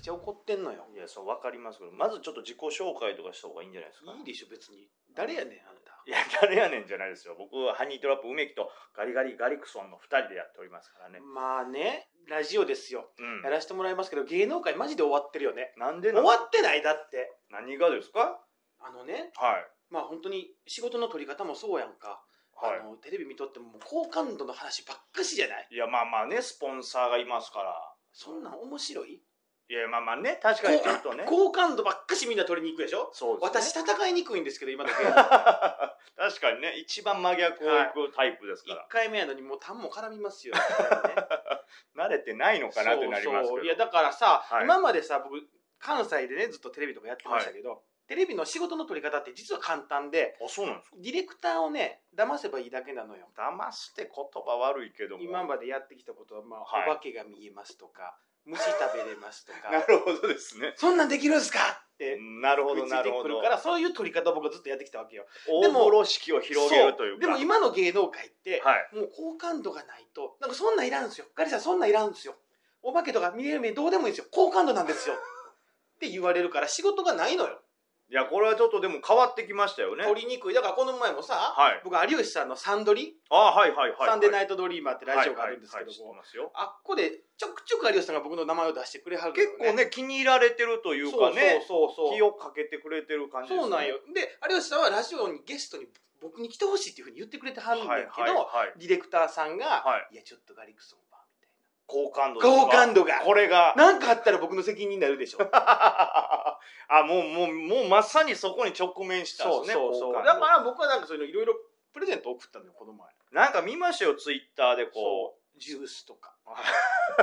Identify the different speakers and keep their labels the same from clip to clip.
Speaker 1: ちゃ怒ってんのよ
Speaker 2: いや、そう、わかりますけど、まずちょっと自己紹介とかした方がいいんじゃないですか。
Speaker 1: いいでしょ別に誰やねんあんた
Speaker 2: いや、誰やねんじゃないですよ。僕はハニートラップ梅木とガリガリガリクソンの2人でやっておりますからね。
Speaker 1: まあねラジオですよ
Speaker 2: うん
Speaker 1: や。らせてもらいますけど芸能界マジで終わってるよね
Speaker 2: なんで
Speaker 1: 終
Speaker 2: な
Speaker 1: わってないだって
Speaker 2: 何がですか
Speaker 1: あのね
Speaker 2: はい。
Speaker 1: まあ本当に仕事の取り方もそうやんか、あ
Speaker 2: は
Speaker 1: のテレビ見とってももう好感度の話ばっかしじゃない
Speaker 2: い。いや、まあまあね、スポンサーがいますから。
Speaker 1: そんなん面白い
Speaker 2: いや、まあまあね、確かにちょっとね。
Speaker 1: 好感度ばっかしみんな取りに行くでしょ
Speaker 2: そうです、
Speaker 1: 私
Speaker 2: ね。
Speaker 1: 戦いにくいんですけど今の芸能
Speaker 2: 確かにね、一番真逆を行くタイプですか
Speaker 1: 1
Speaker 2: ら。
Speaker 1: 回目やのにもうタンも絡み ますよ、
Speaker 2: 慣れてないのかなってなりますけど。
Speaker 1: いやだからさ、
Speaker 2: はい
Speaker 1: 今までさ僕関西でねずっとテレビとかやってましたけど、テレビの仕事の取り方って実は簡単で
Speaker 2: あ、そうなんですか。
Speaker 1: ディレクターをね騙せばいいだけなのよ
Speaker 2: 騙して言葉悪いけども。
Speaker 1: 今までやってきたことは、まあ
Speaker 2: はい
Speaker 1: お化けが見えますとか虫食べれますと
Speaker 2: な
Speaker 1: か
Speaker 2: るほどですね。
Speaker 1: そんなんできるんすかって
Speaker 2: なるほ
Speaker 1: 食い
Speaker 2: ど、
Speaker 1: つ
Speaker 2: ない
Speaker 1: て
Speaker 2: るほ
Speaker 1: くる
Speaker 2: ど
Speaker 1: か。らそういう取り方を僕はずっとやってきたわけよ
Speaker 2: 大風呂敷を広げるというか。
Speaker 1: そでも今の芸能界って、
Speaker 2: はい。
Speaker 1: もう好感度がないとなんかそんなんいらんすよガリさんそんなんいらんすよお化けとか見える目どうでもいいんですよ好感度なんですよって言われるから仕事がないのよ
Speaker 2: いや、これはちょっとでも変わってきましたよね。
Speaker 1: 取りにくいだからこの前もさ、
Speaker 2: はい。
Speaker 1: 僕有吉さんの「サンドリ」
Speaker 2: あ、はいはいはい。
Speaker 1: サンデー
Speaker 2: い
Speaker 1: ナイトドリーマー」ってラジオがあるんですけども、
Speaker 2: はいはいはい知ってますよ。
Speaker 1: あっこでちょくちょく有吉さんが僕の名前を出してくれはるの
Speaker 2: 結構ね、気に入られてるという
Speaker 1: そう
Speaker 2: かね、
Speaker 1: そうそう
Speaker 2: 気
Speaker 1: そう
Speaker 2: をかけてくれてる感じですね。
Speaker 1: そうなんよで有吉さんはラジオにゲストに僕に来てほしいっていうふうに言ってくれては
Speaker 2: はい
Speaker 1: るんだ
Speaker 2: は
Speaker 1: け
Speaker 2: い
Speaker 1: ど、
Speaker 2: はい。
Speaker 1: ディレクターさんが「、
Speaker 2: はい
Speaker 1: やちょっとガリクソンバー」みたいな
Speaker 2: 好感度
Speaker 1: 好感度が
Speaker 2: これが。
Speaker 1: なんかあったら僕の責任になるで しょ
Speaker 2: あ、もう、もう、もうまさにそこに直面したんですね。好
Speaker 1: だか
Speaker 2: 感度
Speaker 1: ら僕はなんかそういうのいろいろプレゼント送ったのよこの前
Speaker 2: なんか見ましたよ、ツイッターでこ
Speaker 1: そうジュースとか
Speaker 2: う。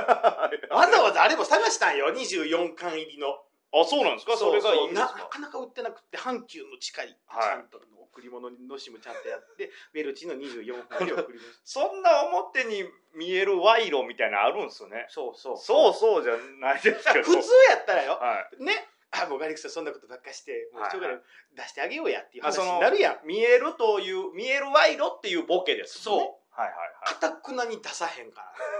Speaker 1: わざわざあれも探したんよ24巻入りの
Speaker 2: あ、そうなんですかそれがいいんです
Speaker 1: なな
Speaker 2: か
Speaker 1: かなか売ってなくて阪急の近い、
Speaker 2: はい
Speaker 1: ちゃんとの贈り物のしもちゃんとやって ウェルチの24本で贈りまし
Speaker 2: そんな表に見える賄賂みたいなのあるんですよね
Speaker 1: た。 そうそう
Speaker 2: そうそうじゃないです
Speaker 1: だか
Speaker 2: け
Speaker 1: ら
Speaker 2: ど。
Speaker 1: 普通やったらよ
Speaker 2: はい。
Speaker 1: ねあもうガリクソンそんなことばっかしてもう一緒か
Speaker 2: はい
Speaker 1: ら出してあげようやっていう
Speaker 2: あ
Speaker 1: 話
Speaker 2: その
Speaker 1: になるやん
Speaker 2: 見えるという、見える賄賂っていうボケですもんね。
Speaker 1: そう
Speaker 2: はいは
Speaker 1: かたくなに出さへんから
Speaker 2: い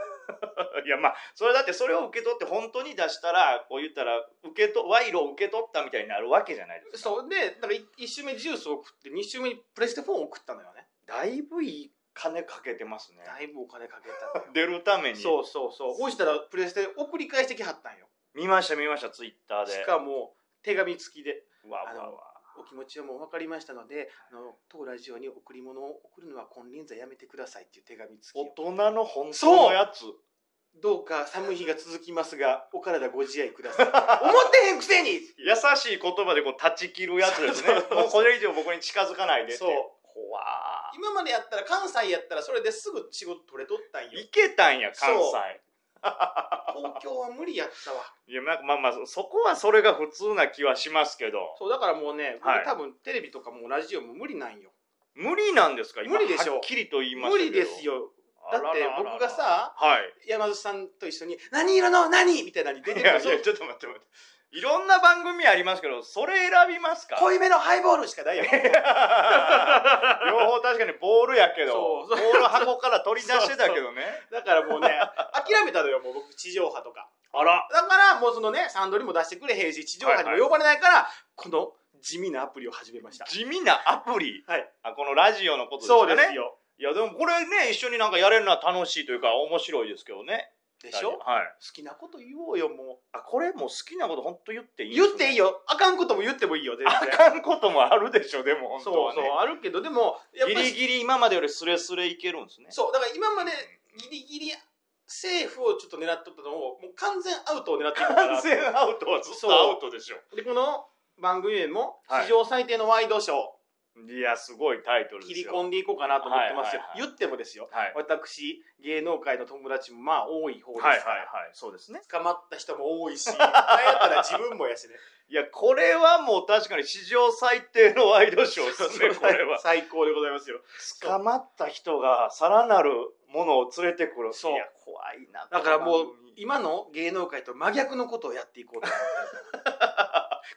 Speaker 2: はい。いやまあ、それだってそれを受け取って本当に出したら、こう言ったら、受けと、賄賂を受け取ったみたいになるわけじゃないですか。
Speaker 1: そうでなんか1周目ジュースを送って2周目にプレステ4を送ったのよね
Speaker 2: だいぶいい金かけてますね。
Speaker 1: だいぶお金かけたのよ
Speaker 2: 出るために。
Speaker 1: そうそうそうほうしたらプレステ送り返してきはったんよ
Speaker 2: 見ました見ました、ツイッターで。
Speaker 1: しかも手紙付きで
Speaker 2: うわうわう
Speaker 1: あ
Speaker 2: わ
Speaker 1: のお気持ちをもう分かりましたので、あの当ラジオに贈り物を送るのは金輪際やめてくださいっていう手紙付き
Speaker 2: 大
Speaker 1: を
Speaker 2: 人の本当のやつ。
Speaker 1: どうか寒い日が続きますが、お体ご自愛ください。思ってへんくせに
Speaker 2: 優しい言葉でこう断ち切るやつですね。
Speaker 1: そうそうそう
Speaker 2: もうこれ以上僕に近づかないでって。
Speaker 1: そう
Speaker 2: 怖
Speaker 1: 今までやったら、関西やったらそれですぐ仕事取れとったん
Speaker 2: い。
Speaker 1: よ
Speaker 2: い。けたんや、関
Speaker 1: そう
Speaker 2: 西。
Speaker 1: 東京は無理やったわ。
Speaker 2: いや、なんかまあまあ、そこはそれが普通な気はしますけど。
Speaker 1: そう、だからもうね、
Speaker 2: はい
Speaker 1: 僕多分テレビとかもラジオも無理なんよ。
Speaker 2: 無理なんですか今
Speaker 1: 無理でしょ
Speaker 2: はっきりと言いまし
Speaker 1: 無
Speaker 2: たけ
Speaker 1: 理
Speaker 2: ど。
Speaker 1: です
Speaker 2: よ。
Speaker 1: よ。だって僕が、さ、
Speaker 2: はい。
Speaker 1: 山里さんと一緒に、何色の何みたいなのに出て
Speaker 2: い
Speaker 1: く
Speaker 2: や
Speaker 1: る
Speaker 2: い
Speaker 1: その
Speaker 2: や、ちょっと待って待って。いろんな番組ありますけど、それ選びますか
Speaker 1: 濃 いめのハイボールしかないやん。
Speaker 2: 両方確かにボールやけど、
Speaker 1: そうそう
Speaker 2: ボール箱から取り出してたけどね。
Speaker 1: だからもうね、諦めたのよ、もう僕、地上波とか。
Speaker 2: あら。
Speaker 1: だから、もうそのね、サンドリも出してくれ、平時、地上波にも呼ばれないから、この地味なアプリを始めました。
Speaker 2: 地味なアプリ。
Speaker 1: はい
Speaker 2: あ、このラジオのことです
Speaker 1: そ
Speaker 2: か
Speaker 1: う
Speaker 2: ね。
Speaker 1: ですよ。
Speaker 2: いや、でもこれね、一緒になんかやれるのは楽しいというか、面白いですけどね。
Speaker 1: でしょ好
Speaker 2: はい。
Speaker 1: きなこと言おうよ、も
Speaker 2: あ、これもう好きなこと本当言って
Speaker 1: う。
Speaker 2: いい
Speaker 1: 言っていい
Speaker 2: よ。
Speaker 1: よ。あかんことも言ってもいいよ、全然。
Speaker 2: あかんこともあるでしょ、でも本当
Speaker 1: そう
Speaker 2: は
Speaker 1: そ
Speaker 2: ね
Speaker 1: う。、あるけど、でも、やっぱ
Speaker 2: ギリ
Speaker 1: り、
Speaker 2: ギリ今までよりスレスレいけるんですね。
Speaker 1: そう、だから今までギリギリ、セーフをちょっと狙っとったのを、もう完全アウトを狙っていくから。
Speaker 2: 完全アウトはずっとアウトでしょ。
Speaker 1: で、この番組名も、
Speaker 2: はい
Speaker 1: 史上最低のワイドショー、
Speaker 2: いや、すごいタイトルで
Speaker 1: 切
Speaker 2: す
Speaker 1: り
Speaker 2: よ。
Speaker 1: 込んでいこうかなと思ってますよ。
Speaker 2: はいはいはい
Speaker 1: 言ってもですよ。
Speaker 2: はい。
Speaker 1: 私、芸能界の友達もまあ多い方ですか
Speaker 2: はいはい
Speaker 1: ら。
Speaker 2: はい。そうですね。
Speaker 1: 捕まった人も多いし、なんやったら自分もやしね。
Speaker 2: いや、これはもう確かに史上最低のワイドショー ですね、これは。
Speaker 1: 最高でございますよ。
Speaker 2: 捕まった人がさらなるものを連れてくる。
Speaker 1: そう
Speaker 2: いや、怖いな。
Speaker 1: だからもう
Speaker 2: この番組
Speaker 1: 今の芸能界と真逆のことをやっていこう と思ってる。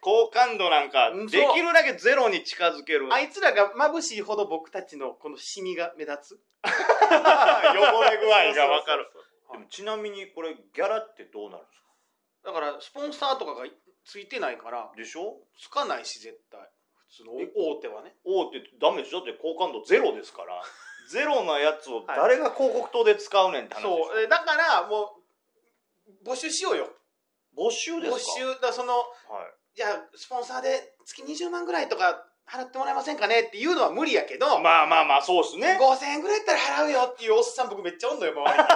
Speaker 2: 好感度なんか
Speaker 1: うん、そう
Speaker 2: できるだけゼロに近づける。
Speaker 1: あいつらが眩しいほど僕たちのこのシミが目立 つ。
Speaker 2: 汚れ具合がわかる
Speaker 1: そうそうそうそう。
Speaker 2: でもちなみにこれ、ギャラってどうなるんですか
Speaker 1: だからスポンサーとかがついてないから
Speaker 2: でしょ
Speaker 1: つかないし絶対普通の
Speaker 2: え
Speaker 1: 大手はね
Speaker 2: おおってダメでしょだって好感度ゼロですから ゼロなやつを誰が広告塔で使うねんって話でしょ、
Speaker 1: そうえだからもう募集しようよ
Speaker 2: 募集で
Speaker 1: 募
Speaker 2: すか
Speaker 1: 集だからその
Speaker 2: はい
Speaker 1: じゃあスポンサーで月20万ぐらいとか払ってもらえませんかねっていうのは無理やけど、
Speaker 2: まあまあまあそうですね
Speaker 1: 5000円ぐらいやったら払うよっていうおっさん僕めっちゃおんのよ周りに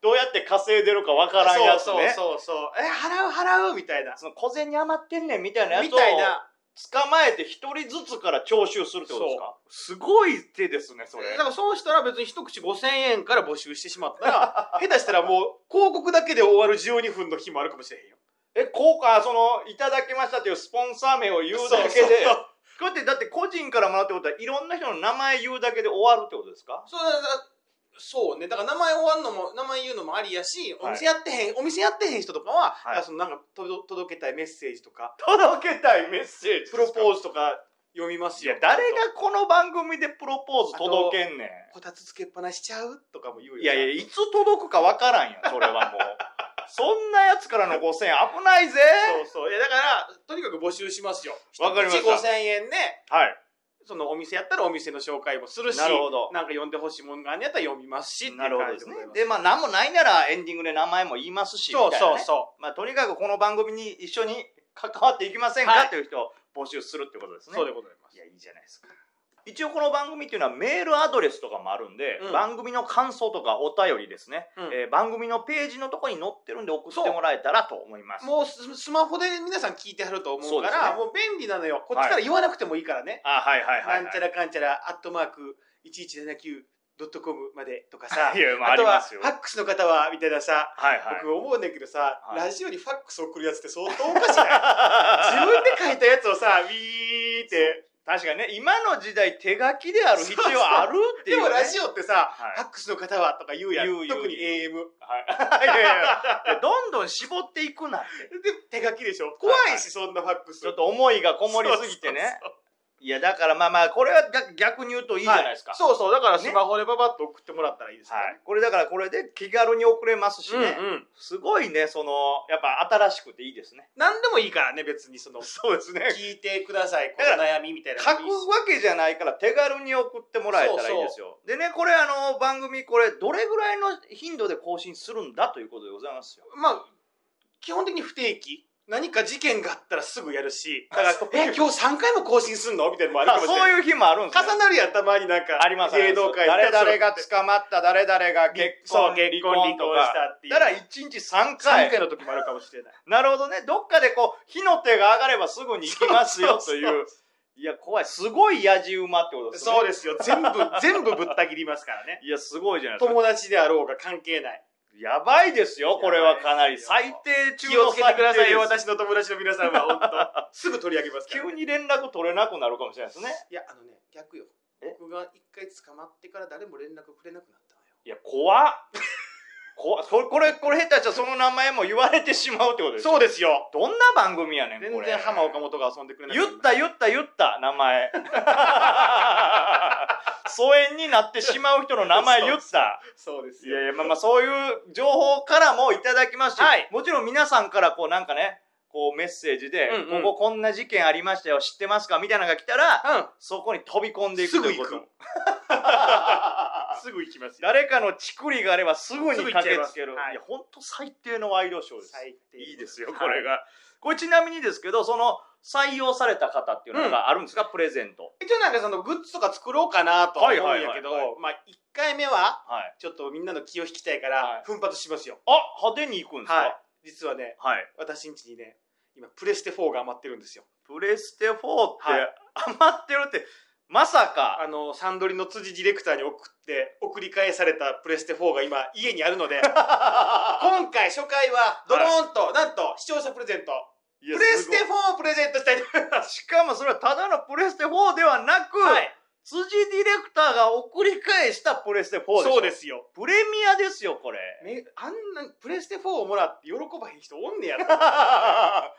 Speaker 2: どうやって稼いでるかわからんやつね
Speaker 1: そうそうそうそうえ払う払うみたいな
Speaker 2: その小銭余ってんねんみたいなやつを
Speaker 1: みたいな
Speaker 2: 捕まえて一人ずつから徴収するってことですかすごい手ですねそれ
Speaker 1: だからそうしたら別に一口5000円から募集してしまった ら下手したらもう広告だけで終わる12分の日もあるかもしれへんよ
Speaker 2: え効果そのいただきましたというスポンサー名を言うだけで
Speaker 1: そうそう
Speaker 2: これってだって個人からもらうってことはいろんな人の名前言うだけで終わるってことですか
Speaker 1: そうだからそうねだから名前終わんのも名前言うのもありやしお
Speaker 2: はい
Speaker 1: 店やってへん、お店やってへん人とかは、
Speaker 2: はい
Speaker 1: だからそのなんか届届けたいメッセージとか
Speaker 2: 届けたいメッセージ
Speaker 1: プロ
Speaker 2: ー
Speaker 1: ポーズとか読みます
Speaker 2: ズい
Speaker 1: よ
Speaker 2: や誰がこの番組でプロポーズ届けんね
Speaker 1: こたつつけっぱなしちゃうとかも言うんよ
Speaker 2: いやいやいつ届くかわからんやんそれはもう そんなやつからの5000円危ないぜ
Speaker 1: そうそういやだからとにかく募集しますよ
Speaker 2: わかりました
Speaker 1: 1口5000円で
Speaker 2: はい
Speaker 1: そのお店やったらお店の紹介もするし
Speaker 2: なるほど
Speaker 1: なんか読んでほしいもんがあんねやったら読みますしっていう
Speaker 2: なるほど
Speaker 1: 感
Speaker 2: で
Speaker 1: じ
Speaker 2: す
Speaker 1: で
Speaker 2: ね
Speaker 1: ございます
Speaker 2: でまあ何もないならエンディングで名前も言いますし
Speaker 1: そう
Speaker 2: みたいな
Speaker 1: そ
Speaker 2: ね
Speaker 1: うそ
Speaker 2: まあ、とにかくこの番組に一緒に関わっていきませんか、
Speaker 1: はい
Speaker 2: という人を募集するってことです
Speaker 1: う、
Speaker 2: ね
Speaker 1: そうでございます
Speaker 2: いやいいじゃないですか一応この番組っていうのはメールアドレスとかもあるんで、
Speaker 1: うん
Speaker 2: 番組の感想とかお便りですね、
Speaker 1: うん
Speaker 2: えー番組のページのところに載ってるんで送ってもらえたらと思います
Speaker 1: もうススマホで皆さん聞いてはると思うか
Speaker 2: そうです
Speaker 1: ら
Speaker 2: ね
Speaker 1: もう便利なのよこっちから言わなくてもいいからね、
Speaker 2: あはいはいはい、はい、
Speaker 1: なんちゃらかんちゃらアットマーク 1179.com までとかさ
Speaker 2: いやまあ
Speaker 1: あと
Speaker 2: あり
Speaker 1: は
Speaker 2: ますよ
Speaker 1: ファックスの方はみたいなさ
Speaker 2: はいはい
Speaker 1: 僕思うねんだけどさ、
Speaker 2: はい
Speaker 1: ラジオにファックス送るやつって相当おかしない 自分で書いたやつをさウィーって
Speaker 2: 確かにね今の時代手書きである必要あるって
Speaker 1: で
Speaker 2: いう、ね、
Speaker 1: もラジオってさ、
Speaker 2: はい
Speaker 1: ファックスの方はとか言うやん
Speaker 2: 言う言う
Speaker 1: 特に AM
Speaker 2: はい、いやいやいやどんどん絞っていくなって
Speaker 1: で手書きでしょ怖いし、そんなファックス
Speaker 2: ちょっと思いがこもりすぎてねいやだからまあまあこれは逆逆に言うといいじゃないですか、
Speaker 1: そうそうだからスマホでパパッと送ってもらったらいいですよね
Speaker 2: はい、これだからこれで気軽に送れますしね、
Speaker 1: うんうん
Speaker 2: すごいねそのやっぱ新しくていいですね
Speaker 1: 何でもいいからね別にその
Speaker 2: そうですね
Speaker 1: 聞いてくださいこ
Speaker 2: だから
Speaker 1: の悩みみたいな
Speaker 2: 書くわけじゃないから手軽に送ってもらえたらいいですよでねこれあの番組これどれぐらいの頻度で更新するんだということでございますよ
Speaker 1: まあ基本的に不定期何か事件があったらすぐやるしだから「え今日3回も更新すんの?」みたいなのもあるかもしれない
Speaker 2: そういう日もあるんですね
Speaker 1: 重なるやんたまになんか
Speaker 2: あります
Speaker 1: 芸能界
Speaker 2: 誰々が
Speaker 1: 結
Speaker 2: 捕まった誰々が結
Speaker 1: 婚
Speaker 2: 婚
Speaker 1: 結
Speaker 2: 離
Speaker 1: 婚離
Speaker 2: 婚
Speaker 1: 婚
Speaker 2: と
Speaker 1: し
Speaker 2: か
Speaker 1: たっていう
Speaker 2: だから1日
Speaker 1: 3
Speaker 2: 3回
Speaker 1: 回の時もあるかもしれない
Speaker 2: なるほどねどっかでこう火の手が上がればすぐに行きますよという
Speaker 1: そうそう
Speaker 2: いや怖いすごいやじ馬ってことですね
Speaker 1: そうですよ全部 全部ぶった切りますからね
Speaker 2: いやすごいじゃないです か
Speaker 1: 友達であろうが関係 ない
Speaker 2: やばいですよこれはかなり
Speaker 1: やばい
Speaker 2: 最低中
Speaker 1: 気
Speaker 2: の
Speaker 1: をつけて
Speaker 2: 最低
Speaker 1: くださいよ
Speaker 2: です
Speaker 1: 私の友達の皆さんは本 当すぐ取り上げますから
Speaker 2: 急に連絡取れなくなるかもしれないですね
Speaker 1: いやあのね逆よ
Speaker 2: え
Speaker 1: 僕が一回捕まってから誰も連絡くれなくなったのよ
Speaker 2: いや怖っ怖っこれこれこれ下手したらその名前も言われてしまうってことですよ
Speaker 1: そうですよ
Speaker 2: どんな番組やねんこれ
Speaker 1: 全然浜岡本が遊んでくれなく
Speaker 2: 言
Speaker 1: な
Speaker 2: った言った言った名 前疎遠になってしまう人の名前言った
Speaker 1: そうです
Speaker 2: い
Speaker 1: よ
Speaker 2: やいやまあまあそういう情報からもいただきまして、
Speaker 1: はい
Speaker 2: もちろん皆さんからこうなんかねこうメッセージで、
Speaker 1: うんうん
Speaker 2: こここんな事件ありましたよ知ってますかみたいなのが来たら
Speaker 1: う
Speaker 2: そこに飛び込んで
Speaker 1: ん
Speaker 2: いく
Speaker 1: す
Speaker 2: と
Speaker 1: ぐ
Speaker 2: いう
Speaker 1: 行
Speaker 2: こと
Speaker 1: くすぐ行きますよ
Speaker 2: 誰かのチクリがあればすぐに
Speaker 1: すぐ行っちゃい
Speaker 2: 駆け
Speaker 1: ます
Speaker 2: つけるい,、
Speaker 1: はい
Speaker 2: やほんと最低のワイドショーですいいですよこれ
Speaker 1: が、
Speaker 2: が、これちなみにですけどその採用された方っていうのがあるんですか、プレゼント
Speaker 1: 一応なんかそのグッズとか作ろうかなとは思うんやけど、
Speaker 2: はいはいはい
Speaker 1: まあ一回目は
Speaker 2: はい
Speaker 1: ちょっとみんなの気を引きたいか
Speaker 2: は
Speaker 1: ら
Speaker 2: い
Speaker 1: 奮発しますよ
Speaker 2: あ派手に行くんですか
Speaker 1: はい実はね
Speaker 2: はい、
Speaker 1: 私ん家にね今プレステ4が余ってるんですよ
Speaker 2: プレステ4って、
Speaker 1: はい
Speaker 2: 余ってるってまさか
Speaker 1: あのサンドリの辻ディレクターに送って送り返されたプレステ4が今家にあるので今回初回はドローンと、なんと視聴者プレゼント
Speaker 2: プ
Speaker 1: プレステ4をプレゼントしたいと思います
Speaker 2: しかもそれはただのプレステ4ではなく、
Speaker 1: はい
Speaker 2: 辻ディレクターが送り返したプレステ4でしょ
Speaker 1: そうですよ
Speaker 2: プレミアですよこれ
Speaker 1: めあんなにプレステ4をもらって喜ばへん人おんねや ろ
Speaker 2: めちゃ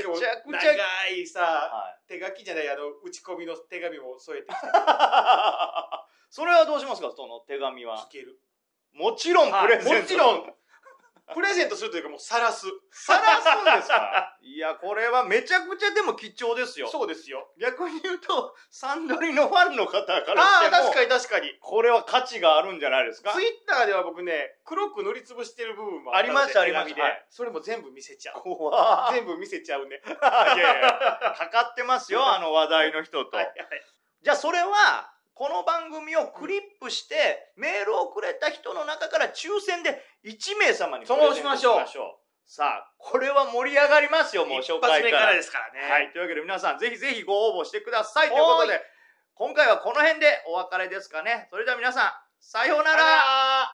Speaker 2: くちゃ
Speaker 1: しかも長いさ
Speaker 2: は
Speaker 1: 手書きじゃないあの打ち込みの手紙も添えて
Speaker 2: い それはどうしますかその手紙は
Speaker 1: つける
Speaker 2: もちろんプレゼント、
Speaker 1: はいもちろんプレゼントするというかもう晒す。
Speaker 2: さらすんですか いや、これはめちゃくちゃでも貴重です よ。
Speaker 1: そうですよ。
Speaker 2: 逆に言うと、サンドリのファンの方からしても、
Speaker 1: ああ、確かに確かに。
Speaker 2: これは価値があるんじゃないですか
Speaker 1: ツイッターでは僕ね、黒く塗りつぶしてる部分も
Speaker 2: ありましたありまし
Speaker 1: 手紙
Speaker 2: た
Speaker 1: で
Speaker 2: はい
Speaker 1: それも全部見せちゃう。
Speaker 2: 怖い
Speaker 1: 全部見せちゃうね。
Speaker 2: やいやいやかかってます よ、あの話題の人と。
Speaker 1: はいはい
Speaker 2: じゃあそれは、この番組をクリップして、メールをくれた人の中から抽選で1名様にプレゼント
Speaker 1: そうしま
Speaker 2: さあ、これは盛り上がりますよ、もう紹
Speaker 1: 一
Speaker 2: 介
Speaker 1: 発
Speaker 2: か
Speaker 1: 目
Speaker 2: ら。
Speaker 1: からですからね。
Speaker 2: はい。というわけで皆さん、ぜひぜひご応募してください。ということ
Speaker 1: は
Speaker 2: で、今回はこの辺でお別れですかね。それでは皆さん、さよう
Speaker 1: さ
Speaker 2: な
Speaker 1: ような
Speaker 2: ら